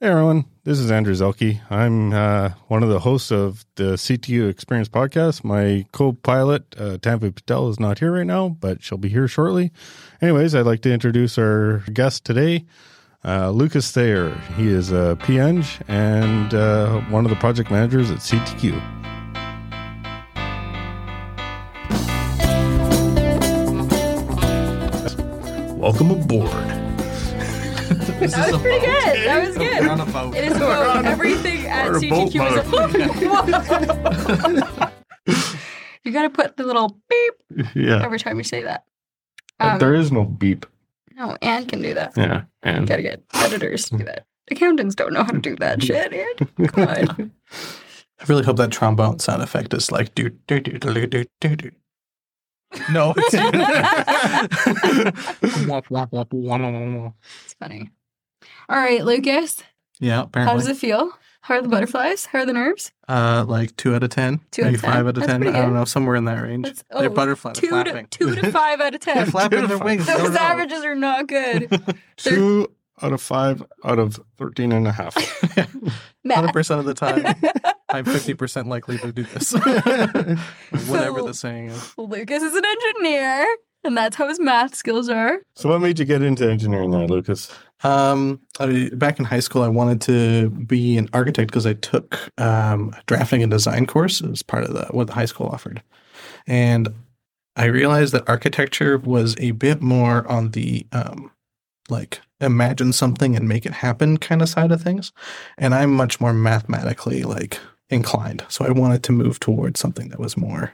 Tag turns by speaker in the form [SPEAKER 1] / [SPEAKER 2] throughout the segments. [SPEAKER 1] Hey everyone, this is Andrew Zelke. I'm uh, one of the hosts of the CTU Experience podcast. My co-pilot uh, Tampa Patel is not here right now, but she'll be here shortly. Anyways, I'd like to introduce our guest today, uh, Lucas Thayer. He is a PNG and uh, one of the project managers at CTQ.
[SPEAKER 2] Welcome aboard.
[SPEAKER 3] That was pretty good. That was good.
[SPEAKER 4] on a boat.
[SPEAKER 3] It is a boat. Everything at
[SPEAKER 2] We're on a boat,
[SPEAKER 3] CTQ is a boat. you got to put the little beep
[SPEAKER 2] Yeah.
[SPEAKER 3] every time you say that. Um,
[SPEAKER 2] But there is no beep.
[SPEAKER 3] no, Anne can do that.
[SPEAKER 2] Yeah. And
[SPEAKER 3] Gotta get editors to do that. Accountants don't know how to do that shit, Anne. Come on.
[SPEAKER 4] I really hope that trombone sound effect is like do do do do do do do. No.
[SPEAKER 3] It's funny. All right, Lucas.
[SPEAKER 4] yeah,
[SPEAKER 3] How does
[SPEAKER 4] apparently.
[SPEAKER 3] it feel? How are the butterflies? How are the nerves?
[SPEAKER 4] Uh, like two out of ten,
[SPEAKER 3] Two out
[SPEAKER 4] maybe
[SPEAKER 3] of 10.
[SPEAKER 4] five out of
[SPEAKER 3] That's
[SPEAKER 4] ten.
[SPEAKER 3] pretty
[SPEAKER 4] I don't
[SPEAKER 3] good.
[SPEAKER 4] know, somewhere in that range.
[SPEAKER 3] That's-
[SPEAKER 4] They're
[SPEAKER 3] oh,
[SPEAKER 4] butterflies
[SPEAKER 3] Two to,
[SPEAKER 4] flapping.
[SPEAKER 3] two to five out of
[SPEAKER 4] They're
[SPEAKER 3] ten.
[SPEAKER 4] flapping their
[SPEAKER 2] Beautiful.
[SPEAKER 4] wings. I don't
[SPEAKER 3] Those
[SPEAKER 4] know.
[SPEAKER 3] averages are not good. They're-
[SPEAKER 1] Two out of five out of 13 and a half.
[SPEAKER 3] Matt.
[SPEAKER 4] 100% of the time, I'm 50% likely to do this. Whatever the saying is.
[SPEAKER 3] Lucas is an engineer, and that's how his math skills are.
[SPEAKER 1] so, what made you get into engineering there, Lucas?
[SPEAKER 4] Um, I, back in high school, I wanted to be an architect because I took um, a drafting and design course as part of the, what the high school offered, and I realized that architecture was a bit more on the um, like imagine something and make it happen kind of side of things, and I'm much more mathematically like inclined. So I wanted to move towards something that was more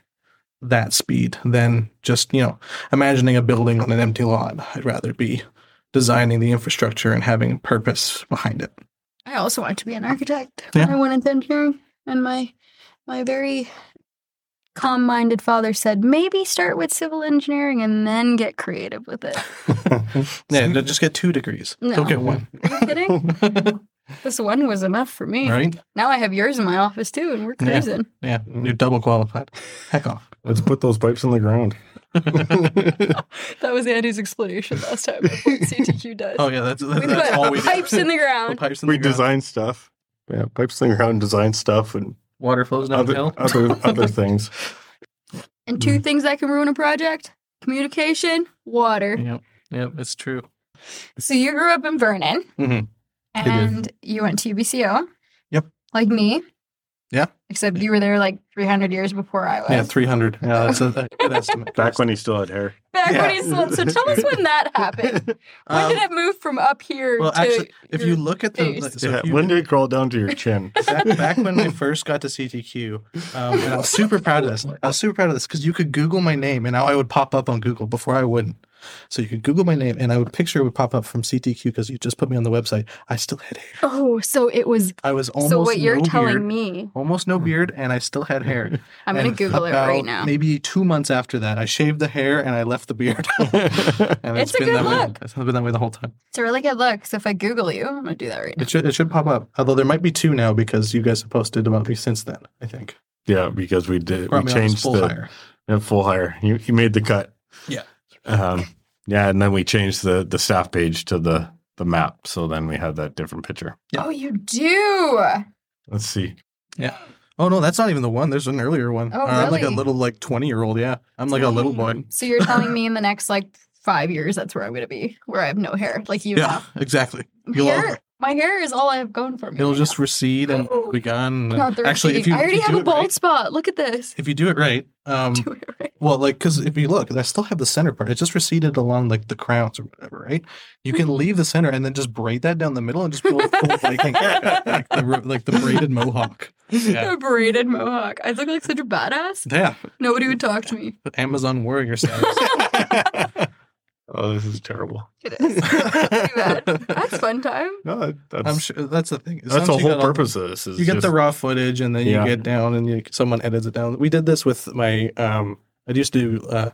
[SPEAKER 4] that speed than just you know imagining a building on an empty lot. I'd rather be designing the infrastructure and having a purpose behind it.
[SPEAKER 3] I also wanted to be an architect
[SPEAKER 4] Yeah.
[SPEAKER 3] when I went into engineering, and my my very calm-minded father said, maybe start with civil engineering and then get creative with it.
[SPEAKER 4] Yeah, no, just get two degrees.
[SPEAKER 3] No.
[SPEAKER 4] Don't get one.
[SPEAKER 3] Are you kidding? this one was enough for me.
[SPEAKER 4] right?
[SPEAKER 3] Now I have yours in my office too, and we're
[SPEAKER 4] Yeah.
[SPEAKER 3] cruising.
[SPEAKER 4] Yeah, you're double qualified. Heck off.
[SPEAKER 1] Let's put those pipes in the ground.
[SPEAKER 3] That was Andy's explanation last time. of What CTQ does.
[SPEAKER 4] Oh yeah, that's
[SPEAKER 3] we
[SPEAKER 4] that's,
[SPEAKER 3] put
[SPEAKER 4] that's all we do.
[SPEAKER 3] pipes in the
[SPEAKER 4] Put
[SPEAKER 3] ground.
[SPEAKER 4] pipes in
[SPEAKER 1] we
[SPEAKER 4] the ground.
[SPEAKER 1] design stuff. Yeah, pipes thing around, design stuff, and
[SPEAKER 4] water flows
[SPEAKER 1] other
[SPEAKER 4] downhill.
[SPEAKER 1] other, other things.
[SPEAKER 3] And
[SPEAKER 4] Mm.
[SPEAKER 3] two things that can ruin a project: communication, water.
[SPEAKER 4] Yep, yep, it's true.
[SPEAKER 3] So you grew up in Vernon,
[SPEAKER 1] Mm-hmm.
[SPEAKER 4] Mhm. did.
[SPEAKER 3] and you went to UBCO.
[SPEAKER 4] Yep.
[SPEAKER 3] Like me.
[SPEAKER 4] Yeah.
[SPEAKER 3] Except you were there like 300 years before I was.
[SPEAKER 4] Yeah, three hundred. Yeah, that's a, a good estimate.
[SPEAKER 1] Back when he still had hair.
[SPEAKER 3] Back
[SPEAKER 4] Yeah.
[SPEAKER 3] when he slept. So tell us when that happened. When
[SPEAKER 4] Um,
[SPEAKER 3] did it move from up here
[SPEAKER 4] well,
[SPEAKER 3] to?
[SPEAKER 4] actually, if
[SPEAKER 3] your-
[SPEAKER 4] you look at the
[SPEAKER 3] face.
[SPEAKER 4] so
[SPEAKER 1] yeah,
[SPEAKER 4] if you-
[SPEAKER 1] when did it crawl down to your chin?
[SPEAKER 4] back, back when I first got to CTQ, um, and I was super proud of this. I was super proud of this because you could Google my name, and now I would pop up on Google before I wouldn't. So you could Google my name, and I would picture it would pop up from CTQ because you just put me on the website. I still had hair.
[SPEAKER 3] oh, so it was.
[SPEAKER 4] I was almost
[SPEAKER 3] So what you're
[SPEAKER 4] no
[SPEAKER 3] telling
[SPEAKER 4] beard,
[SPEAKER 3] me?
[SPEAKER 4] almost no beard, and I still had hair.
[SPEAKER 3] I'm gonna
[SPEAKER 4] And
[SPEAKER 3] Google it right
[SPEAKER 4] about
[SPEAKER 3] now.
[SPEAKER 4] Maybe two months after that, I shaved the hair and I left the beard. and
[SPEAKER 3] It's a good
[SPEAKER 4] that way.
[SPEAKER 3] look.
[SPEAKER 4] It's been that way the whole time.
[SPEAKER 3] It's a really good look. Because if I Google you, I'm gonna do that right now.
[SPEAKER 4] It should it should pop up. Although there might be two now because you guys have posted about me since then. I think
[SPEAKER 1] yeah, because we did
[SPEAKER 4] Brought
[SPEAKER 1] we
[SPEAKER 4] me on as
[SPEAKER 1] changed
[SPEAKER 4] full
[SPEAKER 1] the
[SPEAKER 4] hire.
[SPEAKER 1] yeah, full hire. You you made the cut.
[SPEAKER 4] Yeah.
[SPEAKER 1] Um, yeah, and then we changed the the staff page to the the map. So then we had that different picture.
[SPEAKER 4] Yeah.
[SPEAKER 3] Oh, you do.
[SPEAKER 1] Let's see.
[SPEAKER 4] Oh no, that's not even the one. There's an earlier one.
[SPEAKER 3] Oh,
[SPEAKER 4] Or I'm like a
[SPEAKER 3] really?
[SPEAKER 4] little like 20 year old. Yeah, I'm like a little boy.
[SPEAKER 3] So you're telling me in the next like five years, that's where I'm gonna be, where I have no hair, like you
[SPEAKER 4] Yeah,
[SPEAKER 3] have.
[SPEAKER 4] exactly. You'll all-
[SPEAKER 3] Hair, my hair is all I have going for me.
[SPEAKER 4] it'll
[SPEAKER 3] right
[SPEAKER 4] just recede and
[SPEAKER 3] Oh.
[SPEAKER 4] be gone.
[SPEAKER 3] now. Not the
[SPEAKER 4] Actually, if
[SPEAKER 3] receding.
[SPEAKER 4] you,
[SPEAKER 3] I already
[SPEAKER 4] if you
[SPEAKER 3] have
[SPEAKER 4] do
[SPEAKER 3] a
[SPEAKER 4] it
[SPEAKER 3] bald
[SPEAKER 4] right,
[SPEAKER 3] spot. Look at this.
[SPEAKER 4] if you do it right, um,
[SPEAKER 3] Do it right.
[SPEAKER 4] well, like because if you look, I still have the center part. It just receded along like the crowns or whatever, right? You
[SPEAKER 3] Mm-hmm.
[SPEAKER 4] can leave the center and then just braid that down the middle and just go full, like, hang- like the ro- like the braided mohawk. Yeah.
[SPEAKER 3] A braided mohawk. I look like such a badass.
[SPEAKER 4] Yeah,
[SPEAKER 3] Nobody would talk to me.
[SPEAKER 4] Amazon warrior status.
[SPEAKER 1] Oh, this is terrible.
[SPEAKER 3] It is. Too bad. That's fun time.
[SPEAKER 1] No, that- that's
[SPEAKER 4] I'm sure that's the thing.
[SPEAKER 1] that's the
[SPEAKER 4] Sometimes you
[SPEAKER 1] whole
[SPEAKER 4] gotta-
[SPEAKER 1] purpose of this. Is
[SPEAKER 4] you get the
[SPEAKER 1] just-
[SPEAKER 4] raw footage and then you
[SPEAKER 1] Yeah.
[SPEAKER 4] get down and you, someone edits it down we did this with my um i used to uh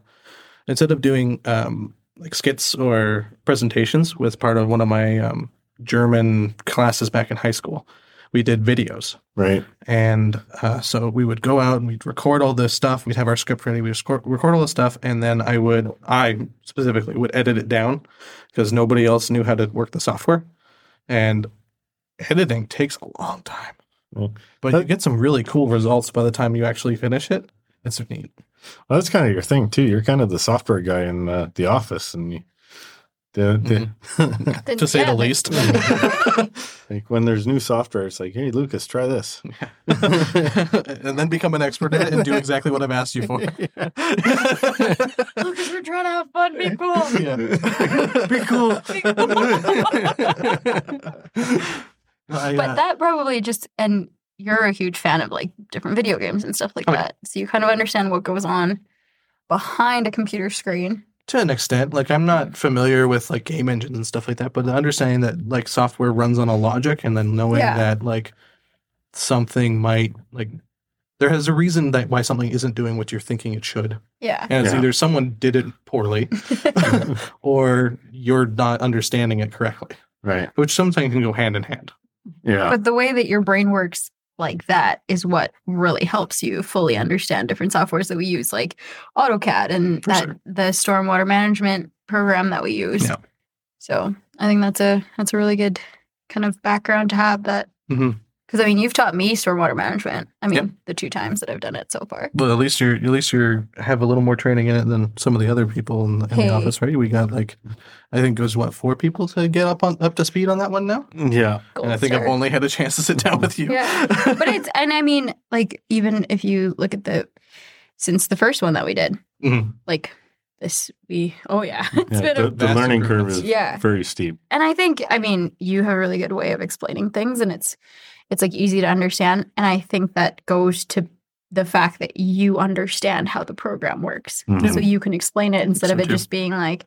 [SPEAKER 4] instead of doing um like skits or presentations with part of one of my um german classes back in high school we did videos
[SPEAKER 1] right.
[SPEAKER 4] and uh, so we would go out and we'd record all this stuff. We'd have our script ready. We'd score, record all this stuff, and then I would, I specifically would edit it down because nobody else knew how to work the software. And editing takes a long time.
[SPEAKER 1] Well,
[SPEAKER 4] but you
[SPEAKER 1] that-
[SPEAKER 4] get some really cool results by the time you actually finish it. It's neat.
[SPEAKER 1] Well, that's kind of your thing too. You're kind of the software guy in uh, the office, and you, the, the,
[SPEAKER 3] Then-
[SPEAKER 4] to say
[SPEAKER 3] yeah,
[SPEAKER 4] the
[SPEAKER 3] then-
[SPEAKER 4] least. Mm-hmm.
[SPEAKER 1] like when there's new software, it's like, hey, Lucas, try this.
[SPEAKER 4] and then become an expert at it and do exactly what I've asked you for.
[SPEAKER 3] Lucas, we're trying to have fun. Be cool.
[SPEAKER 4] Be cool.
[SPEAKER 3] Be cool.
[SPEAKER 4] I,
[SPEAKER 3] But
[SPEAKER 4] uh,
[SPEAKER 3] that probably just and you're a huge fan of like different video games and stuff like
[SPEAKER 4] Oh, yeah.
[SPEAKER 3] that. So you kind of understand what goes on behind a computer screen.
[SPEAKER 4] to an extent like i'm not familiar with like game engines and stuff like that but the understanding that like software runs on a logic and then knowing
[SPEAKER 3] Yeah.
[SPEAKER 4] that like something might like there is a reason that why something isn't doing what you're thinking it should
[SPEAKER 3] Yeah.
[SPEAKER 4] and it's
[SPEAKER 1] Yeah.
[SPEAKER 4] either someone did it poorly or you're not understanding it correctly
[SPEAKER 1] right.
[SPEAKER 4] which sometimes can go hand in hand
[SPEAKER 1] Yeah.
[SPEAKER 3] But the way that your brain works like that is what really helps you fully understand different softwares that we use, like AutoCAD and
[SPEAKER 4] For
[SPEAKER 3] that,
[SPEAKER 4] sure.
[SPEAKER 3] the stormwater management program that we use.
[SPEAKER 4] Yeah.
[SPEAKER 3] So I think that's a that's a really good kind of background to have that because
[SPEAKER 4] Mhm.
[SPEAKER 3] I mean you've taught me stormwater management. I mean
[SPEAKER 4] Yep.
[SPEAKER 3] the two times that I've done it so far.
[SPEAKER 4] but at least you're at least you have a little more training in it than some of the other people in, the- in
[SPEAKER 3] Hey.
[SPEAKER 4] the office right we got like i think it was what four people to get up on up to speed on that one now
[SPEAKER 1] Yeah.
[SPEAKER 4] and I think
[SPEAKER 3] Gold
[SPEAKER 4] I've
[SPEAKER 3] star.
[SPEAKER 4] only had a chance to sit down with you.
[SPEAKER 3] Yeah. but it's and I mean like even if you look at the since the first one that we did
[SPEAKER 4] Mhm.
[SPEAKER 3] like this we oh yeah it's
[SPEAKER 1] Yeah,
[SPEAKER 3] been
[SPEAKER 1] the
[SPEAKER 3] a
[SPEAKER 1] the
[SPEAKER 4] vast
[SPEAKER 1] learning curve is
[SPEAKER 4] improvement.
[SPEAKER 3] Yeah.
[SPEAKER 1] very steep.
[SPEAKER 3] and I think I mean you have a really good way of explaining things, and it's it's like easy to understand. And I think that goes to the fact that you understand how the program works,
[SPEAKER 4] Mm-hmm.
[SPEAKER 1] Mhm.
[SPEAKER 3] so you can explain it instead of
[SPEAKER 4] So
[SPEAKER 3] it
[SPEAKER 4] true.
[SPEAKER 3] just being like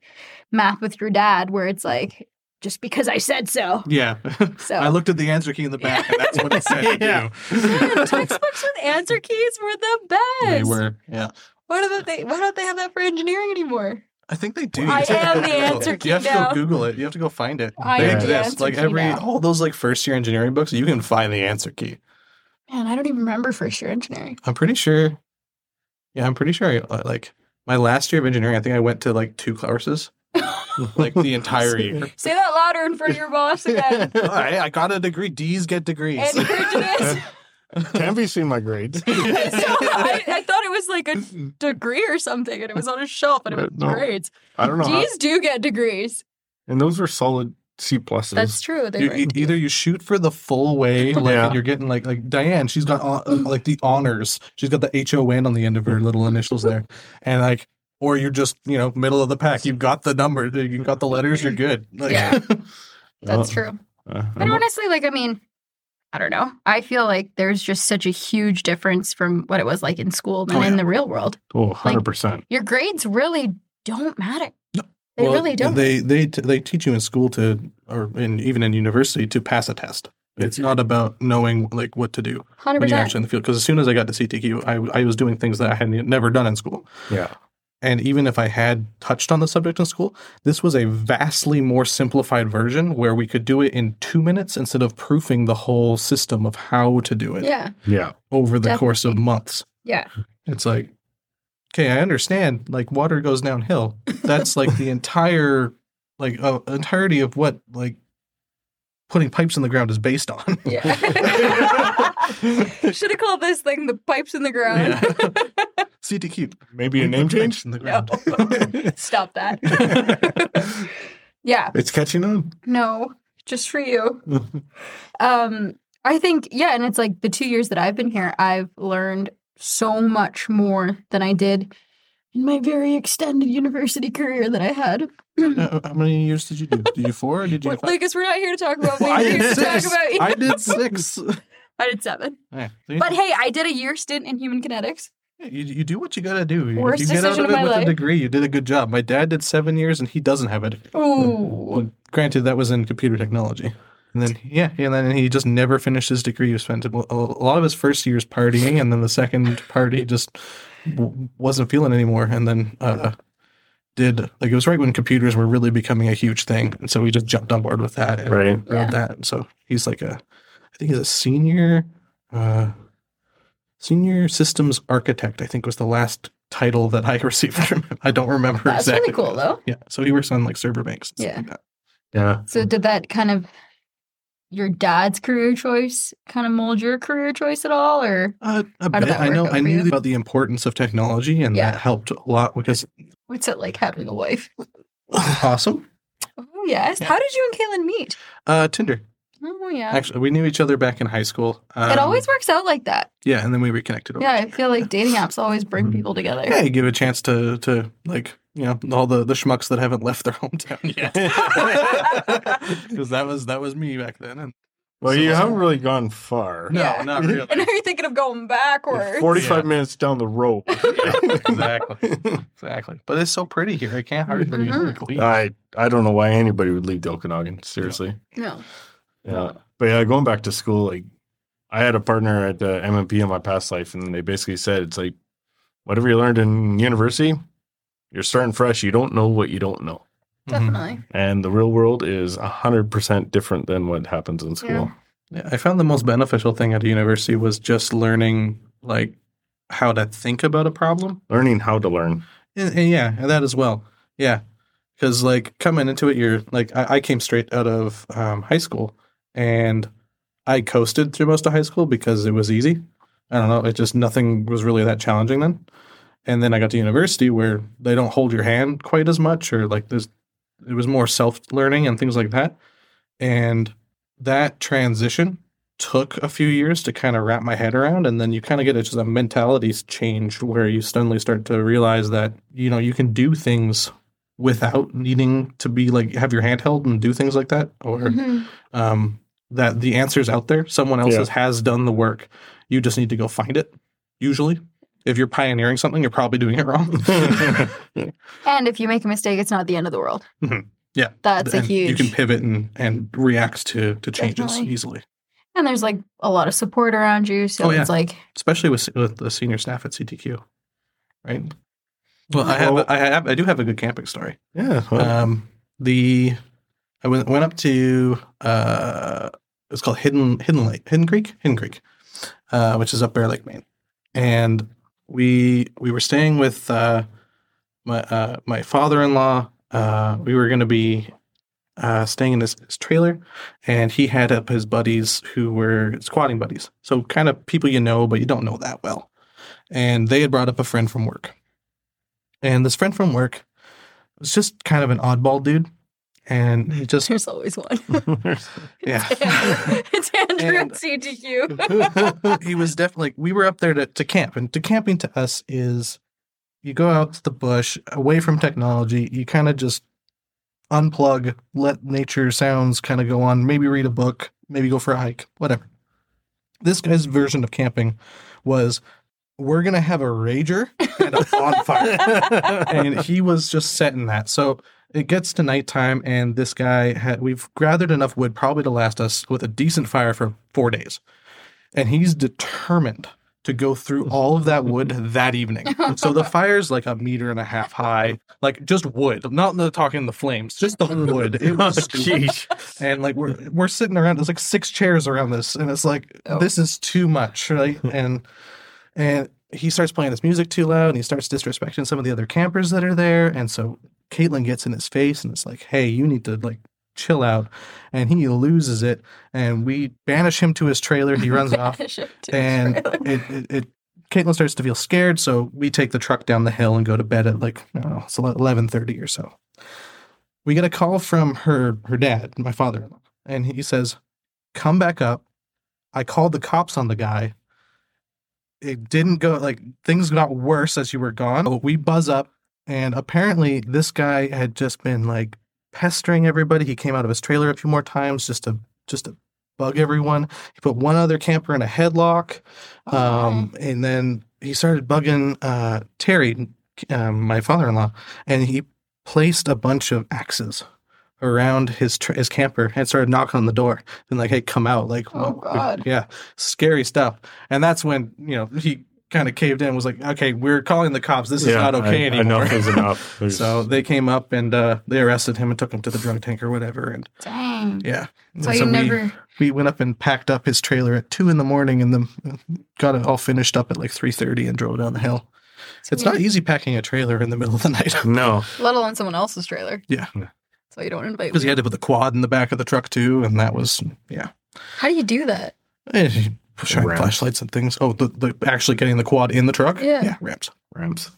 [SPEAKER 3] math with your dad, where it's like just because I said so.
[SPEAKER 4] Yeah.
[SPEAKER 3] So
[SPEAKER 4] I looked at the answer key in the back, and that's what it said.
[SPEAKER 1] Yeah.
[SPEAKER 4] yeah.
[SPEAKER 3] Man, textbooks with answer keys were the best.
[SPEAKER 4] They were. Yeah.
[SPEAKER 3] Why don't they? Why don't they have that for engineering anymore?
[SPEAKER 4] I think they do.
[SPEAKER 3] I
[SPEAKER 4] You just
[SPEAKER 3] am
[SPEAKER 4] have to go
[SPEAKER 3] the
[SPEAKER 4] Google it.
[SPEAKER 3] answer key
[SPEAKER 4] You have to
[SPEAKER 3] now.
[SPEAKER 4] go Google it. You have to go find it.
[SPEAKER 3] I
[SPEAKER 4] they
[SPEAKER 1] am the
[SPEAKER 4] exist.
[SPEAKER 3] answer
[SPEAKER 4] Like
[SPEAKER 3] key
[SPEAKER 4] every
[SPEAKER 3] now.
[SPEAKER 4] all those like first year engineering books, you can find the answer key.
[SPEAKER 3] Man, I don't even remember first year engineering.
[SPEAKER 4] I'm pretty sure. Yeah, I'm pretty sure. I, like my last year of engineering, I think I went to like two courses, like the entire year.
[SPEAKER 3] Say that louder in front of your boss again.
[SPEAKER 4] all right, I got a degree. D's get degrees.
[SPEAKER 3] and prejudice.
[SPEAKER 1] Can't be seen my grades.
[SPEAKER 3] so I, I thought it was like a degree or something, and it was on a shelf, and it was
[SPEAKER 1] But no.
[SPEAKER 3] grades.
[SPEAKER 1] I don't know. How,
[SPEAKER 3] D's do get degrees.
[SPEAKER 1] and those were solid C pluses.
[SPEAKER 3] That's true. They
[SPEAKER 4] You,
[SPEAKER 3] were.
[SPEAKER 4] e- either you shoot for the full way, like
[SPEAKER 1] Yeah.
[SPEAKER 4] and you're getting like like Diane. She's got hon-
[SPEAKER 3] Mm.
[SPEAKER 4] uh, like the honors. She's got the H O N on the end of her little initials there, and like, or you're just you know middle of the pack. You've got the number. You got the letters. You're good. Like,
[SPEAKER 3] Yeah. That's
[SPEAKER 1] Oh.
[SPEAKER 3] true.
[SPEAKER 1] Uh,
[SPEAKER 3] But honestly, like I mean, I don't know. I feel like there's just such a huge difference from what it was like in school than
[SPEAKER 4] Oh,
[SPEAKER 3] in the real world.
[SPEAKER 1] oh, 100%.
[SPEAKER 3] Your grades really don't matter.
[SPEAKER 4] No.
[SPEAKER 3] They
[SPEAKER 4] Well,
[SPEAKER 3] really don't.
[SPEAKER 4] They they t- they teach you in school to, or in even in university to pass a test. It's not about knowing like what to do
[SPEAKER 3] Hundred
[SPEAKER 4] when you're
[SPEAKER 3] percent.
[SPEAKER 4] actually in the field. Because as soon as I got to CTQ, I, I was doing things that I had never done in school.
[SPEAKER 1] yeah.
[SPEAKER 4] And even if I had touched on the subject in school, this was a vastly more simplified version where we could do it in two minutes instead of proofing the whole system of how to do it
[SPEAKER 3] Yeah.
[SPEAKER 1] Yeah.
[SPEAKER 4] over the course of months.
[SPEAKER 3] Yeah.
[SPEAKER 4] It's like, okay, I understand. Like water goes downhill. That's like the entire, like uh, entirety of what like putting pipes in the ground is based on.
[SPEAKER 3] Yeah. Should have called this thing the pipes in the ground.
[SPEAKER 4] Yeah. CTQ.
[SPEAKER 1] Maybe a name change?
[SPEAKER 4] in the
[SPEAKER 3] No.
[SPEAKER 4] ground.
[SPEAKER 3] Stop that. yeah.
[SPEAKER 1] It's catching on.
[SPEAKER 3] No, just for you. um, I think, yeah, and it's like the two years that I've been here, I've learned so much more than I did in my very extended university career that I had.
[SPEAKER 4] Uh, How many years did you do? Did you four or did you? do
[SPEAKER 3] What,
[SPEAKER 4] five?
[SPEAKER 3] Lucas, we're not here to talk about me.
[SPEAKER 4] Well, I
[SPEAKER 3] We're here
[SPEAKER 4] did
[SPEAKER 3] to talk
[SPEAKER 4] six.
[SPEAKER 3] about you.
[SPEAKER 4] I did six.
[SPEAKER 3] I did seven.
[SPEAKER 4] Yeah.
[SPEAKER 3] But hey, I did a year stint in human kinetics.
[SPEAKER 4] you, you do what you gotta do. If
[SPEAKER 3] Worst
[SPEAKER 4] you get out
[SPEAKER 3] decision of
[SPEAKER 4] of it
[SPEAKER 3] my
[SPEAKER 4] with
[SPEAKER 3] life.
[SPEAKER 4] a degree. You did a good job. My dad did seven years, and he doesn't have it. Mm-hmm.
[SPEAKER 3] Ooh.
[SPEAKER 4] Granted, that was in computer technology. And then yeah, and then he just never finished his degree. He spent a a lot of his first years partying, and then the second part he just w- wasn't feeling anymore. And then uh, did like it was right when computers were really becoming a huge thing, and so he just jumped on board with that. and
[SPEAKER 1] Right.
[SPEAKER 3] Yeah.
[SPEAKER 4] around that. So he's like a, I think he's a senior, uh, senior systems architect. I think was the last title that I received from him. I don't remember
[SPEAKER 3] That's
[SPEAKER 4] exactly.
[SPEAKER 3] really cool, though.
[SPEAKER 4] Yeah. So he works on like server banks. And
[SPEAKER 3] Yeah.
[SPEAKER 4] Stuff like that.
[SPEAKER 1] Yeah.
[SPEAKER 3] So did that kind of your dad's career choice kind of mold your career choice at all, or
[SPEAKER 4] Uh, a
[SPEAKER 3] did
[SPEAKER 4] bit.
[SPEAKER 3] that
[SPEAKER 4] I
[SPEAKER 3] work
[SPEAKER 4] know.
[SPEAKER 3] out
[SPEAKER 4] I
[SPEAKER 3] for
[SPEAKER 4] knew
[SPEAKER 3] you?
[SPEAKER 4] about the importance of technology, and
[SPEAKER 3] Yeah.
[SPEAKER 4] that helped a lot because
[SPEAKER 3] what's it like having a wife?
[SPEAKER 4] awesome.
[SPEAKER 3] Oh yes.
[SPEAKER 4] Yeah.
[SPEAKER 3] How did you and Kaylin meet?
[SPEAKER 4] Uh, Tinder.
[SPEAKER 3] Oh yeah.
[SPEAKER 4] Actually, we knew each other back in high school.
[SPEAKER 3] it
[SPEAKER 4] Um,
[SPEAKER 3] always works out like that.
[SPEAKER 4] Yeah, and then we reconnected. over
[SPEAKER 3] Yeah, I feel like dating apps always bring
[SPEAKER 4] Mhm.
[SPEAKER 3] people together.
[SPEAKER 4] Yeah, you give a chance to to like you know all the the schmucks that haven't left their hometown yet. Because that was that was me back then. And
[SPEAKER 1] Well,
[SPEAKER 4] So-
[SPEAKER 1] you haven't really gone far.
[SPEAKER 4] no,
[SPEAKER 3] Yeah.
[SPEAKER 4] not really.
[SPEAKER 3] I know you're thinking of going
[SPEAKER 1] You're
[SPEAKER 3] backwards.
[SPEAKER 1] 45
[SPEAKER 4] Yeah.
[SPEAKER 1] minutes down the road.
[SPEAKER 4] exactly, exactly. But it's so pretty here. I can't hardly
[SPEAKER 3] Mhm.
[SPEAKER 4] leave.
[SPEAKER 1] I, I don't know why anybody would leave the Okanagan, seriously.
[SPEAKER 4] Mm-hmm.
[SPEAKER 3] No.
[SPEAKER 1] Yeah. But yeah, going back to school, like I had a partner at uh, MMP in my past life, and they basically said it's like whatever you learned in university, you're starting fresh. You don't know what you don't know.
[SPEAKER 4] Mhm.
[SPEAKER 3] Definitely.
[SPEAKER 1] And the real world is 100% different than what happens in school.
[SPEAKER 4] Yeah, I found the most beneficial thing at a university was just learning like how to think about a problem.
[SPEAKER 1] Learning how to learn.
[SPEAKER 4] And, and yeah, and that as well. Yeah. Because like coming into it, you're like, I, I came straight out of um, high school and I coasted through most of high school because it was easy. I don't know. It just nothing was really that challenging then. And then I got to university where they don't hold your hand quite as much or like there's, it was more self learning and things like that. And that transition took a few years to kind of wrap my head around and then you kind of get a, just a mentality change where you suddenly start to realize that you know you can do things without needing to be like have your hand held and do things like that or
[SPEAKER 3] Mhm.
[SPEAKER 4] um, that the answer's out there someone else
[SPEAKER 1] Yeah.
[SPEAKER 4] has, has done the work you just need to go find it usually if you're pioneering something you're probably doing it wrong
[SPEAKER 3] And if you make a mistake, it's not the end of the world.
[SPEAKER 4] Mhm. Yeah.
[SPEAKER 3] That's
[SPEAKER 4] And
[SPEAKER 3] a huge.
[SPEAKER 4] you can pivot and and react to to changes
[SPEAKER 3] Definitely.
[SPEAKER 4] easily
[SPEAKER 3] and there's like a lot of support around you, so
[SPEAKER 4] Oh, yeah.
[SPEAKER 3] it's like
[SPEAKER 4] especially with, with the senior staff at CTQ, right? Well, I have,
[SPEAKER 1] Well-
[SPEAKER 4] I have, I do have a good camping story.
[SPEAKER 1] Yeah. well,
[SPEAKER 4] Um, the I went went up to uh, it's called Hidden Hidden Lake Hidden Creek Hidden Creek, uh, which is up Bear Lake, Maine, and we we were staying with uh, my uh, my father in law. Uh, we were going to be uh, staying in his, his trailer, and he had up his buddies who were squatting buddies, so kind of people you know but you don't know that well, and they had brought up a friend from work, and this friend from work was just kind of an oddball dude, and he just
[SPEAKER 3] there's always one.
[SPEAKER 4] yeah.
[SPEAKER 3] it's Andrew
[SPEAKER 4] And-
[SPEAKER 3] at CTQ.
[SPEAKER 4] he was definitely like, we were up there to, to camp and to camping to us is you go out to the bush away from technology you kind of just unplug let nature sounds kind of go on maybe read a book maybe go for a hike whatever this guy's version of camping was we're gonna have a rager and a bonfire and he was just setting that. So it gets to nighttime, and this guy had we've gathered enough wood probably to last us with a decent fire for four days, and he's determined to go through all of that wood that evening. So the fire's like a meter and a half high, like just wood, not the talking the flames, just the wood. It
[SPEAKER 1] Oh,
[SPEAKER 4] was
[SPEAKER 1] Sheesh.
[SPEAKER 4] and like we're we're sitting around there's like six chairs around this and it's like
[SPEAKER 3] Oh.
[SPEAKER 4] this is too much right and and he starts playing this music too loud and he starts disrespecting some of the other campers that are there and so caitlin gets in his face and it's like hey you need to like chill out and he loses it and we banish him to his trailer he runs off and it, it, it Caitlin starts to feel scared, so we take the truck down the hill and go to bed at like I don't know, it's eleven thirty or so. We get a call from her her dad, my father in law, and he says, "Come back up." I called the cops on the guy. It didn't go like things got worse as you were gone. So we buzz up, and apparently this guy had just been like pestering everybody. He came out of his trailer a few more times just to just to bug everyone. He put one other camper in a headlock.
[SPEAKER 3] Oh,
[SPEAKER 4] Um, and then he started bugging uh, Terry, um, my father-in-law, and he placed a bunch of axes around his tr- his camper and started knocking on the door and like, "Hey, come out!" Like,
[SPEAKER 3] Oh,
[SPEAKER 4] whoa,
[SPEAKER 3] God.
[SPEAKER 4] yeah, scary stuff. And that's when you know he kind of caved in, was like, "Okay, we're calling the cops. This is
[SPEAKER 1] Yeah,
[SPEAKER 4] not okay
[SPEAKER 1] I-
[SPEAKER 4] anymore."
[SPEAKER 1] Enough is enough. There's-
[SPEAKER 4] so they came up and uh, they arrested him and took him to the drug tank or whatever. And
[SPEAKER 3] Dang.
[SPEAKER 4] yeah,
[SPEAKER 3] So,
[SPEAKER 4] And
[SPEAKER 3] you
[SPEAKER 4] we-
[SPEAKER 3] never.
[SPEAKER 4] we went up and packed up his trailer at two in the morning and then got it all finished up at like 3.30 and drove down the hill it's not easy packing a trailer in the middle of the night
[SPEAKER 1] no.
[SPEAKER 3] Let alone someone else's trailer.
[SPEAKER 4] Yeah.
[SPEAKER 3] So you don't invite.
[SPEAKER 4] because he had to put the quad in the back of the truck too and that was yeah
[SPEAKER 3] How do you do that?
[SPEAKER 4] Eh, Shine
[SPEAKER 2] Ramp.
[SPEAKER 4] flashlights and things. Oh, the, the actually getting the quad in the truck.
[SPEAKER 3] Yeah.
[SPEAKER 4] yeah, ramps.
[SPEAKER 2] Ramps.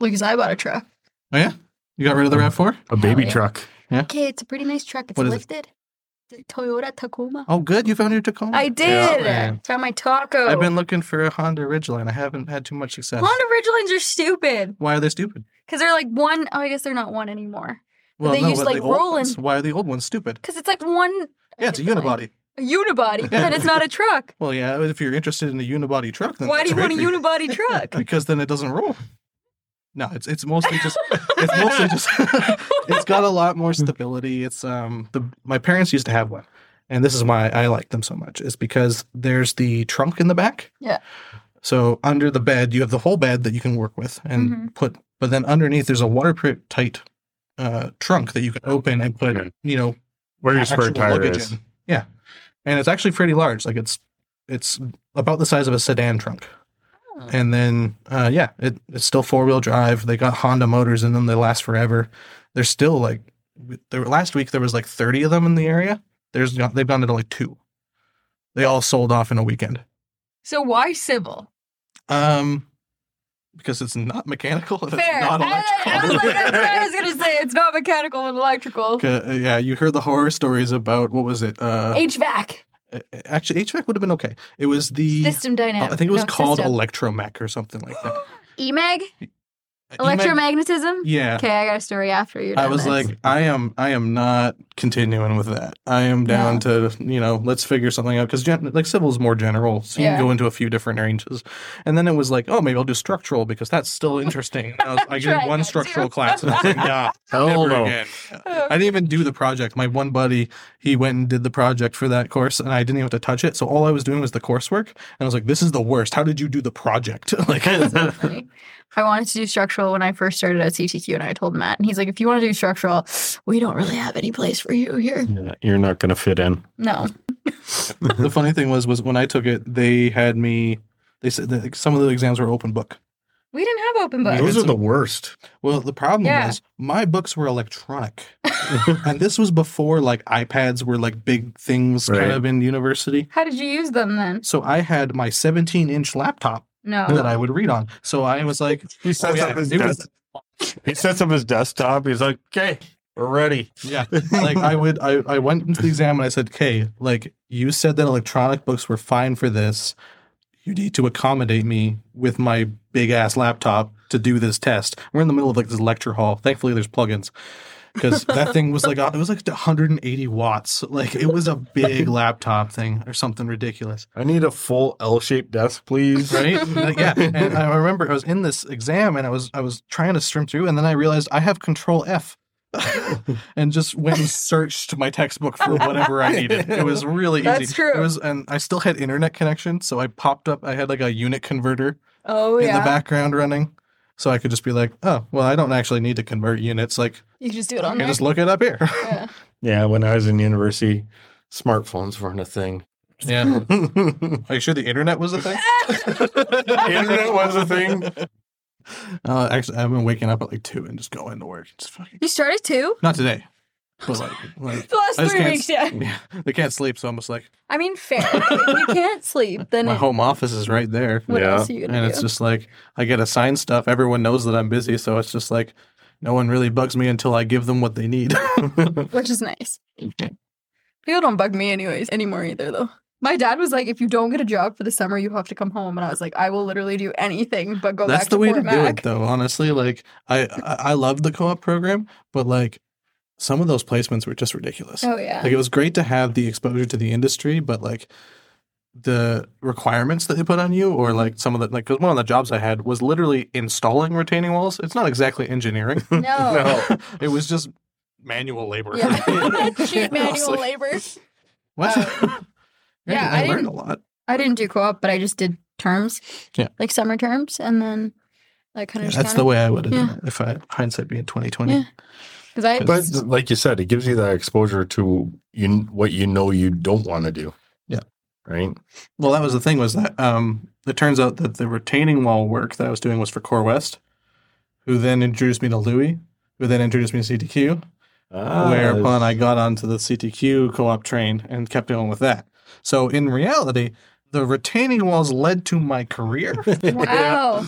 [SPEAKER 3] Because I bought a truck.
[SPEAKER 4] Oh yeah, you got rid of the Rav Four.
[SPEAKER 2] A baby
[SPEAKER 3] yeah.
[SPEAKER 2] truck.
[SPEAKER 3] Okay, it's a pretty nice truck. It's
[SPEAKER 4] What is it?
[SPEAKER 3] lifted. It's a Toyota Tacoma.
[SPEAKER 4] Oh, good. You found your Tacoma.
[SPEAKER 3] I did.
[SPEAKER 4] Yeah.
[SPEAKER 3] Found my taco.
[SPEAKER 4] I've been looking for a Honda Ridgeline. I haven't had too much success.
[SPEAKER 3] Honda Ridgelines are stupid
[SPEAKER 4] Why are they stupid?
[SPEAKER 3] because they're like one oh I guess they're not one anymore they use,
[SPEAKER 4] but
[SPEAKER 3] like,
[SPEAKER 4] the old
[SPEAKER 3] Roland-
[SPEAKER 4] ones- Why are the old ones stupid?
[SPEAKER 3] because it's like one.
[SPEAKER 4] Yeah, it's a
[SPEAKER 3] different-
[SPEAKER 4] unibody.
[SPEAKER 3] A unibody, but it's not a truck.
[SPEAKER 4] Well, yeah, if you're interested in a unibody truck, then
[SPEAKER 3] Why
[SPEAKER 4] that's
[SPEAKER 3] do you want a
[SPEAKER 4] great
[SPEAKER 3] unibody
[SPEAKER 4] for
[SPEAKER 3] truck?
[SPEAKER 4] Because then it doesn't roll. No, it's it's mostly just it's mostly just it's got a lot more stability. It's um the my parents used to have one, and this is why I like them so much. Is because there's the trunk in the back.
[SPEAKER 3] Yeah.
[SPEAKER 4] So under the bed, you have the whole bed that you can work with and
[SPEAKER 3] Mhm.
[SPEAKER 4] put, but then underneath there's a waterproof tight uh, trunk that you can open and put,
[SPEAKER 2] Okay.
[SPEAKER 4] you know,
[SPEAKER 2] Where your spare
[SPEAKER 4] actual
[SPEAKER 2] tire
[SPEAKER 4] luggage
[SPEAKER 2] is.
[SPEAKER 4] in. Yeah, and it's actually pretty large. Like it's it's about the size of a sedan trunk.
[SPEAKER 3] Oh.
[SPEAKER 4] And then uh, yeah, it, it's still four wheel drive. They got Honda motors in them. They last forever. They're still like there, last week there was like thirty of them in the area. There's got- they've gone to like two. They all sold off in a weekend.
[SPEAKER 3] So why civil?
[SPEAKER 4] Um, because it's not mechanical. and
[SPEAKER 3] Fair.
[SPEAKER 4] It's not
[SPEAKER 3] I, I was like, that's
[SPEAKER 4] electrical.
[SPEAKER 3] what I was gonna say. It's not mechanical and electrical.
[SPEAKER 4] Uh, yeah, you heard the horror stories about what was it? Uh,
[SPEAKER 3] HVAC
[SPEAKER 4] Uh, actually HVAC would have been okay. It was the uh,
[SPEAKER 3] system
[SPEAKER 4] E I
[SPEAKER 3] dynamic.
[SPEAKER 4] think it was
[SPEAKER 3] no,
[SPEAKER 4] called
[SPEAKER 3] system.
[SPEAKER 4] Electromech or something like that.
[SPEAKER 3] EMAG,
[SPEAKER 4] You might-
[SPEAKER 3] electromagnetism.
[SPEAKER 4] Yeah.
[SPEAKER 3] Okay, I got a story after you.
[SPEAKER 4] I was like, I am, I am not continuing with that. I am down to, you know, let's figure something out because gen- like civil is more general, so you
[SPEAKER 3] Yeah.
[SPEAKER 4] can go into a few different ranges. And then it was like, oh, maybe I'll do structural because that's still interesting. And I, was, I did
[SPEAKER 3] Tried
[SPEAKER 4] one
[SPEAKER 3] that
[SPEAKER 4] structural
[SPEAKER 3] too.
[SPEAKER 4] class, and I was like, nah,
[SPEAKER 2] Hell
[SPEAKER 4] never
[SPEAKER 2] no.
[SPEAKER 4] again. I didn't even do the project. My one buddy, he went and did the project for that course, and I didn't even have to touch it. So all I was doing was the coursework, and I was like, "This is the worst. How did you do the project?" like,
[SPEAKER 3] so funny. I wanted to do structural when I first started at CTQ, and I told Matt, and he's like, if you want to do structural, we don't really have any place for you here.
[SPEAKER 2] Yeah, you're not going to fit in.
[SPEAKER 3] No.
[SPEAKER 4] the funny thing was, was when I took it, they had me. They said that like, some of the exams were open book.
[SPEAKER 3] We didn't have open books.
[SPEAKER 1] Those are the worst.
[SPEAKER 4] Well, the problem
[SPEAKER 3] Yeah.
[SPEAKER 4] was my books were electronic, and this was before like iPads were like big things
[SPEAKER 2] Right.
[SPEAKER 4] kind of in university.
[SPEAKER 3] How did you use them then?
[SPEAKER 4] So I had my 17 inch laptop that
[SPEAKER 3] No.
[SPEAKER 4] I would read on. So I was like,
[SPEAKER 2] He
[SPEAKER 4] oh,
[SPEAKER 2] sets,
[SPEAKER 4] yeah,
[SPEAKER 2] up, his
[SPEAKER 4] it was-
[SPEAKER 2] desk- he sets up his desktop. He's like, okay, we're ready.
[SPEAKER 4] Yeah. Like I would I, I went into the exam and I said, Okay, like you said that electronic books were fine for this. You need to accommodate me with my big ass laptop to do this test. We're in the middle of like this lecture hall. Thankfully there's plugins. Because that thing was like uh, it was like 180 watts. Like it was a big laptop thing or something ridiculous.
[SPEAKER 2] I need a full L shaped desk, please.
[SPEAKER 4] Right? Like, yeah. And I remember I was in this exam and I was I was trying to strim through and then I realized I have control F. and just went and searched my textbook for whatever I needed. It was really
[SPEAKER 3] That's
[SPEAKER 4] easy.
[SPEAKER 3] true.
[SPEAKER 4] It was, and I still had internet connection, so I popped up. I had like a unit converter
[SPEAKER 3] Oh,
[SPEAKER 4] in
[SPEAKER 3] yeah.
[SPEAKER 4] the background running, so I could just be like, "Oh, well, I don't actually need to convert units. Like,
[SPEAKER 3] You can just do it
[SPEAKER 4] I
[SPEAKER 3] on
[SPEAKER 4] can
[SPEAKER 3] there.
[SPEAKER 4] just look it up here."
[SPEAKER 3] Yeah.
[SPEAKER 2] Yeah, when I was in university, smartphones weren't a thing.
[SPEAKER 4] yeah. Are you sure the internet was a thing?
[SPEAKER 2] Internet was a thing.
[SPEAKER 4] Uh, actually, I've been waking up at like two and just going to work. Just fucking
[SPEAKER 3] You started too?
[SPEAKER 4] not today, but like, like
[SPEAKER 3] The last
[SPEAKER 4] I just
[SPEAKER 3] three
[SPEAKER 4] can't
[SPEAKER 3] weeks, yeah.
[SPEAKER 4] yeah, they can't sleep, so I'm just like,
[SPEAKER 3] I mean, fair. If you can't sleep, then
[SPEAKER 4] my
[SPEAKER 3] it,
[SPEAKER 4] home office is right there.
[SPEAKER 3] what
[SPEAKER 2] Yeah.
[SPEAKER 3] else are you going
[SPEAKER 4] and
[SPEAKER 3] to
[SPEAKER 4] it's
[SPEAKER 3] do?
[SPEAKER 4] just like I get assigned stuff. Everyone knows that I'm busy, so it's just like no one really bugs me until I give them what they need.
[SPEAKER 3] Which is nice. People don't bug me anyways anymore either, though. My dad was like, if you don't get a job for the summer, you have to come home. And I was like, I will literally do anything but go
[SPEAKER 4] That's
[SPEAKER 3] back
[SPEAKER 4] the
[SPEAKER 3] to
[SPEAKER 4] way
[SPEAKER 3] Fort
[SPEAKER 4] to do
[SPEAKER 3] Mac.
[SPEAKER 4] it, though. Honestly, like I, I I love the co-op program, but like some of those placements were just ridiculous.
[SPEAKER 3] Oh, yeah.
[SPEAKER 4] Like it was great to have the exposure to the industry, but like the requirements that they put on you, or like some of the like, because one of the jobs I had was literally installing retaining walls. It's not exactly engineering;
[SPEAKER 3] No.
[SPEAKER 4] it was just manual labor.
[SPEAKER 3] Oh. Yeah. Cheap
[SPEAKER 4] I was
[SPEAKER 3] manual
[SPEAKER 4] like,
[SPEAKER 3] labor. Um,
[SPEAKER 4] What?
[SPEAKER 3] yeah,
[SPEAKER 4] I,
[SPEAKER 3] I
[SPEAKER 4] learned
[SPEAKER 3] didn't-
[SPEAKER 4] a lot.
[SPEAKER 3] I didn't do co-op, but I just did terms.
[SPEAKER 4] Yeah.
[SPEAKER 3] Like summer terms and then like kind of
[SPEAKER 4] that's the way I would have
[SPEAKER 3] Yeah.
[SPEAKER 4] done it if I hindsight being twenty twenty.
[SPEAKER 3] Yeah. Cuz I
[SPEAKER 2] But like you said, it gives you that exposure to you what you know you don't want to do.
[SPEAKER 4] Yeah.
[SPEAKER 2] Right?
[SPEAKER 4] Well, that was the thing was that um, it turns out that the retaining wall work that I was doing was for Core West, who then introduced me to Louis, who then introduced me to CTQ,
[SPEAKER 2] Ah,
[SPEAKER 4] whereupon I got onto the CTQ co op train and kept going with that. So in reality, the retaining walls led to my career,
[SPEAKER 3] Wow.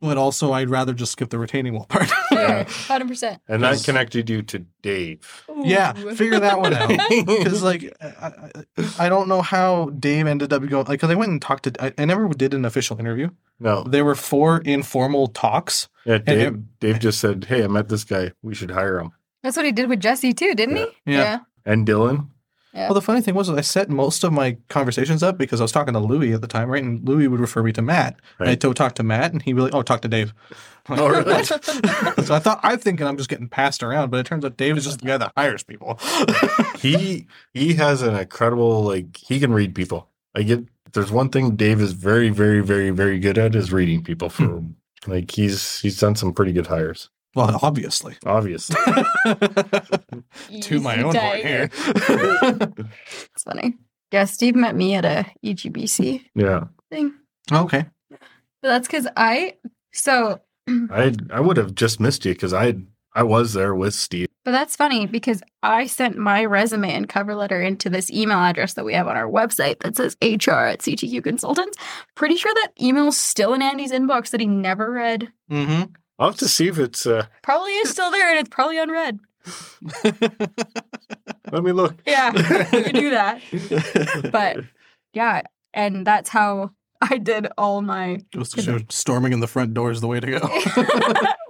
[SPEAKER 4] but also I'd rather just skip the retaining wall part.
[SPEAKER 3] Sure. 100%.
[SPEAKER 2] and that connected you to Dave.
[SPEAKER 4] yeah,
[SPEAKER 3] Ooh.
[SPEAKER 4] figure that one out. Because like I, I- I don't know how Dave ended up going. Like, 'cause I went and talked to. I, I never did an official interview.
[SPEAKER 2] No,
[SPEAKER 4] There were four informal talks.
[SPEAKER 2] yeah, Dave.
[SPEAKER 4] and-
[SPEAKER 2] Dave just said, "Hey, I met this guy. We should hire him."
[SPEAKER 3] That's what he did with Jesse too, didn't he?
[SPEAKER 4] Yeah.
[SPEAKER 2] And Dylan,
[SPEAKER 3] Yeah.
[SPEAKER 4] Well, the funny thing was, I set most of my conversations up because I was talking to Louis at the time, right? And Louis would refer me to Matt. And I'd
[SPEAKER 2] Right.
[SPEAKER 4] go talk to Matt, and he'd be like, "Oh, talk to Dave." I'm like,
[SPEAKER 2] Oh, really?
[SPEAKER 4] "What?" so I thought I'm thinking I'm just getting passed around, but it turns out Dave is just the guy that hires people.
[SPEAKER 2] he he has an incredible like he can read people. I get there's one thing Dave is very very very very good at is reading people for like he's he's done some pretty good hires.
[SPEAKER 4] well, obviously.
[SPEAKER 2] Obviously,
[SPEAKER 4] to my own horn here.
[SPEAKER 3] It's funny. Yeah, Steve met me at a E EGBC
[SPEAKER 2] yeah.
[SPEAKER 3] thing.
[SPEAKER 4] okay.
[SPEAKER 3] But that's because I, so,
[SPEAKER 2] I I would have just missed you because I I was there with Steve.
[SPEAKER 3] but that's funny because I sent my resume and cover letter into this email address that we have on our website that says HR at CTQ Consultants. Pretty sure that email's still in Andy's inbox that he never read.
[SPEAKER 4] Mm-hmm.
[SPEAKER 2] I'll have to see if it's. Uh,
[SPEAKER 3] Probably is still there and it's probably unread.
[SPEAKER 2] let me look.
[SPEAKER 3] Yeah, you can do that. But yeah, and that's how I did all my
[SPEAKER 4] Goes to show storming in the front door is the way to go.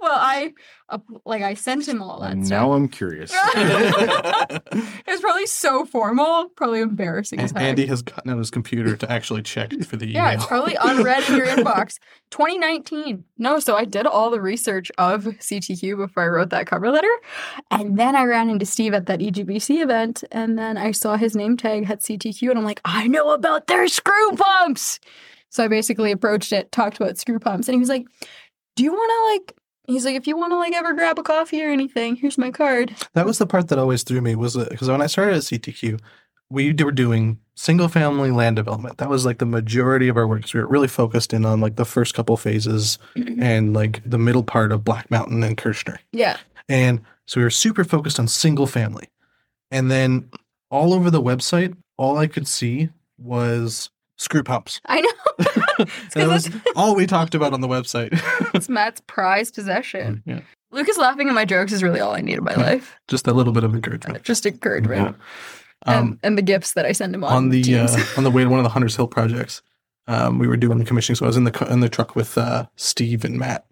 [SPEAKER 3] well, I up- like I sent him all that
[SPEAKER 2] now
[SPEAKER 3] stuff.
[SPEAKER 2] I'm curious.
[SPEAKER 3] it was probably so formal, probably embarrassing. as
[SPEAKER 4] And
[SPEAKER 3] heck.
[SPEAKER 4] Andy has gotten out his computer to actually check for the email.
[SPEAKER 3] yeah, it's probably unread in your inbox. 2019. No, so I did all the research of CTQ before I wrote that cover letter, and then I ran into Steve at that E EGBC event, and then I saw his name tag had CTQ, and I'm like, I know about their screw pumps. So I basically approached it, talked about screw pumps, and he was like, Do you want to like? He's like, if you want to like ever grab a coffee or anything, here's my card.
[SPEAKER 4] That was the part that always threw me was because when I started at CTQ, we d- were doing single family land development. That was like the majority of our work. So we were really focused in on like the first couple phases
[SPEAKER 3] Mm-hmm.
[SPEAKER 4] and like the middle part of Black Mountain and Kirshner.
[SPEAKER 3] Yeah.
[SPEAKER 4] And so we were super focused on single family. And then all over the website, all I could see was screw pumps.
[SPEAKER 3] I know.
[SPEAKER 4] That
[SPEAKER 3] 'cause
[SPEAKER 4] was all we talked about on the website.
[SPEAKER 3] It's Matt's prized possession.
[SPEAKER 4] yeah.
[SPEAKER 3] Lucas laughing at my jokes is really all I need in my
[SPEAKER 4] Hmm.
[SPEAKER 3] life.
[SPEAKER 4] Just a little bit of encouragement.
[SPEAKER 3] Just encouragement.
[SPEAKER 4] Um,
[SPEAKER 3] and, and the gifts that I send him on.
[SPEAKER 4] on the
[SPEAKER 3] Teams.
[SPEAKER 4] uh, on the way to one of the Hunters Hill projects. Um, we were doing the commissioning, so I was in the cu- in the truck with uh, Steve and Matt,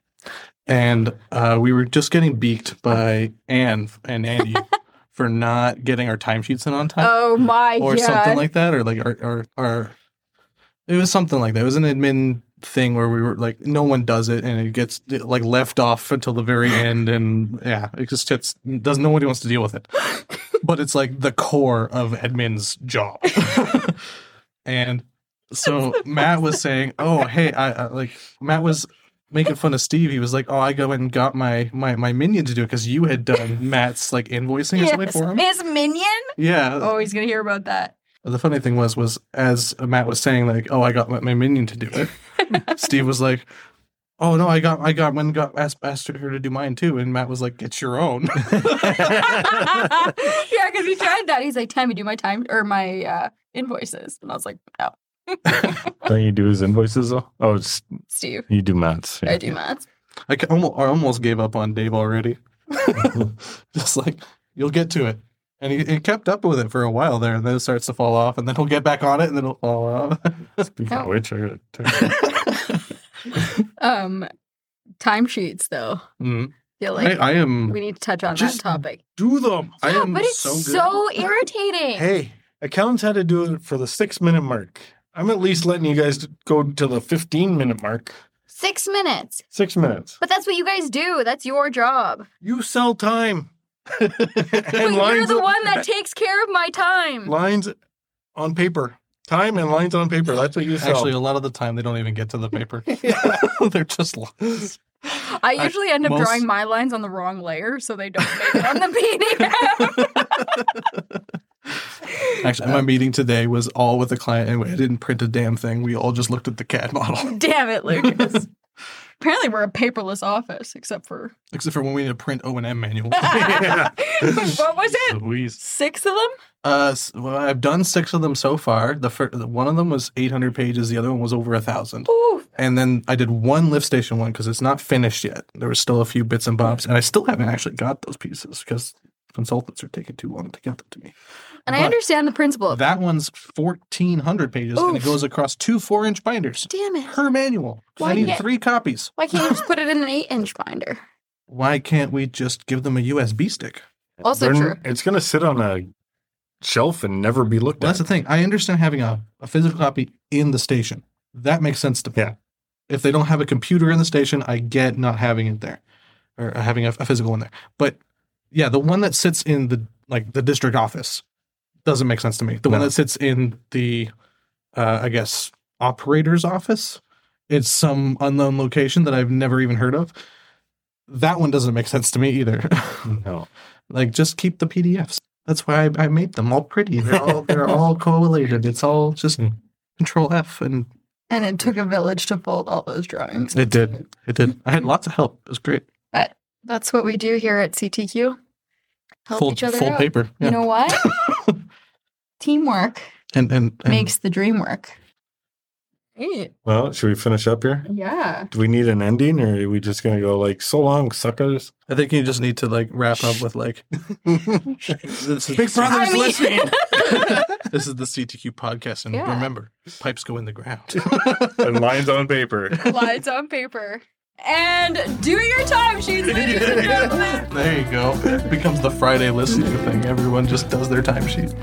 [SPEAKER 4] and uh, we were just getting beaked by Anne and Andy for not getting our timesheets in on time
[SPEAKER 3] oh my
[SPEAKER 4] or
[SPEAKER 3] god.
[SPEAKER 4] something like that, or like our, our our it was something like that. It was an admin thing where we were like, no one does it, and it gets like left off until the very end, and yeah, it just gets does nobody wants to deal with it. but it's like the core of admin's job, and so Matt was saying, oh hey, I, I like Matt was. Making fun of Steve, he was like, "Oh, I go and got my my my minion to do it because you had done Matt's like invoicing or something
[SPEAKER 3] Yes.
[SPEAKER 4] for him."
[SPEAKER 3] His minion?
[SPEAKER 4] Yeah,
[SPEAKER 3] Oh, he's gonna hear about that.
[SPEAKER 4] the funny thing was, was as Matt was saying, like, "Oh, I got my, my minion to do it." Steve was like, "Oh no, I got, I got, when got asked, asked her to do mine too," and Matt was like, "It's your own."
[SPEAKER 3] yeah, because we tried that. He's like, Tammy, do my time or my uh, invoices. And I was like, "Oh, No,
[SPEAKER 2] Don't you do his invoices though? Oh, it's,
[SPEAKER 3] Steve.
[SPEAKER 2] you do Matt's.
[SPEAKER 3] I do math.
[SPEAKER 4] I almost, I almost gave up on Dave already. Just like you'll get to it, and he, he kept up with it for a while there, and then it starts to fall off, and then he'll get back on it, and then it'll fall off.
[SPEAKER 2] Speaking
[SPEAKER 3] Oh.
[SPEAKER 2] of which, I gotta turn-
[SPEAKER 3] Um timesheets though.
[SPEAKER 4] Mm.
[SPEAKER 3] I feel
[SPEAKER 4] I,
[SPEAKER 3] like
[SPEAKER 4] I am
[SPEAKER 3] we need to touch on
[SPEAKER 2] Just-
[SPEAKER 3] that topic.
[SPEAKER 2] do them.
[SPEAKER 4] um, I
[SPEAKER 3] Yeah,
[SPEAKER 4] am
[SPEAKER 3] but it's so,
[SPEAKER 4] so good.
[SPEAKER 3] irritating.
[SPEAKER 2] Hey, accountants had to do it for the six minute mark. I'm at least letting you guys go to the 15 minute mark.
[SPEAKER 3] Six minutes.
[SPEAKER 2] Six minutes.
[SPEAKER 3] But that's what you guys do. That's your job.
[SPEAKER 2] You sell time. and
[SPEAKER 3] But you're
[SPEAKER 2] lines
[SPEAKER 3] the
[SPEAKER 2] on-
[SPEAKER 3] one that takes care of my time.
[SPEAKER 2] lines on paper. Time and lines on paper. That's what you sell.
[SPEAKER 4] actually a lot of the time they don't even get to the paper; they're just lost.
[SPEAKER 3] I usually end up
[SPEAKER 4] most-
[SPEAKER 3] drawing my lines on the wrong layer so they don't make it on the PDF.
[SPEAKER 4] Actually, my meeting today was all with the client, and I didn't print a damn thing. We all just looked at the CAD model.
[SPEAKER 3] Damn it, Lucas. Apparently, we're a paperless office, except for
[SPEAKER 4] Except for when we need to print O and M manuals.
[SPEAKER 3] what was it?
[SPEAKER 5] Louise.
[SPEAKER 3] Six of them?
[SPEAKER 4] Uh, s- well, I've done six of them so far. The fir- one of them was 800 pages. The other one was over a thousand.
[SPEAKER 3] Ooh,
[SPEAKER 4] And then I did one lift station one because it's not finished yet. There was still a few bits and bobs, and I still haven't actually got those pieces because consultants are taking too long to get them to me.
[SPEAKER 3] and I
[SPEAKER 4] But
[SPEAKER 3] understand the principle. of
[SPEAKER 4] That one's 1,400 pages, and it
[SPEAKER 3] Oof.
[SPEAKER 4] goes across two four-inch binders
[SPEAKER 3] Damn it!
[SPEAKER 4] per manual. 'cause
[SPEAKER 3] Why
[SPEAKER 4] I need
[SPEAKER 3] can't-
[SPEAKER 4] three copies.
[SPEAKER 3] Why can't you just put it in an eight-inch binder?
[SPEAKER 4] Why can't we just give them a USB stick?
[SPEAKER 3] Also
[SPEAKER 2] They're-
[SPEAKER 3] true.
[SPEAKER 2] It's gonna sit on a shelf and never be looked
[SPEAKER 4] Well, that's
[SPEAKER 2] at.
[SPEAKER 4] the thing. I understand having a, a physical copy in the station. That makes sense to me.
[SPEAKER 2] Yeah.
[SPEAKER 4] If they don't have a computer in the station, I get not having it there or uh, having a, a physical one there. But yeah, the one that sits in the like the district office doesn't make sense to me. The one
[SPEAKER 2] No.
[SPEAKER 4] that sits in the uh, I guess operator's office, it's some unknown location that I've never even heard of. That one doesn't make sense to me either.
[SPEAKER 2] no.
[SPEAKER 4] Like just keep the PDFs. That's why I, I made them all pretty. They're all they're all collated. It's all just
[SPEAKER 2] Hmm.
[SPEAKER 4] control F and
[SPEAKER 3] And it took a village to fold all those drawings.
[SPEAKER 4] it did. It did. I had lots of help. It was great.
[SPEAKER 3] That's what we do here at CTQ. Help
[SPEAKER 4] full
[SPEAKER 3] each other
[SPEAKER 4] full
[SPEAKER 3] out.
[SPEAKER 4] paper. Yeah.
[SPEAKER 3] You know what? Teamwork
[SPEAKER 4] and and, and
[SPEAKER 3] makes the dream work. Hey,
[SPEAKER 2] Well, should we finish up here?
[SPEAKER 3] Yeah.
[SPEAKER 2] Do we need an ending, or are we just gonna go like so long, suckers?
[SPEAKER 4] I think you just need to like wrap up with like this is,
[SPEAKER 2] Big brother.
[SPEAKER 3] I mean-
[SPEAKER 4] this is the CTQ podcast, and
[SPEAKER 3] Yeah.
[SPEAKER 4] remember, pipes go in the ground.
[SPEAKER 2] and lines on paper.
[SPEAKER 3] Slides on paper. And do your time sheets, ladies and gentlemen.
[SPEAKER 4] there you go. It becomes the Friday listening thing. Everyone just does their timesheet.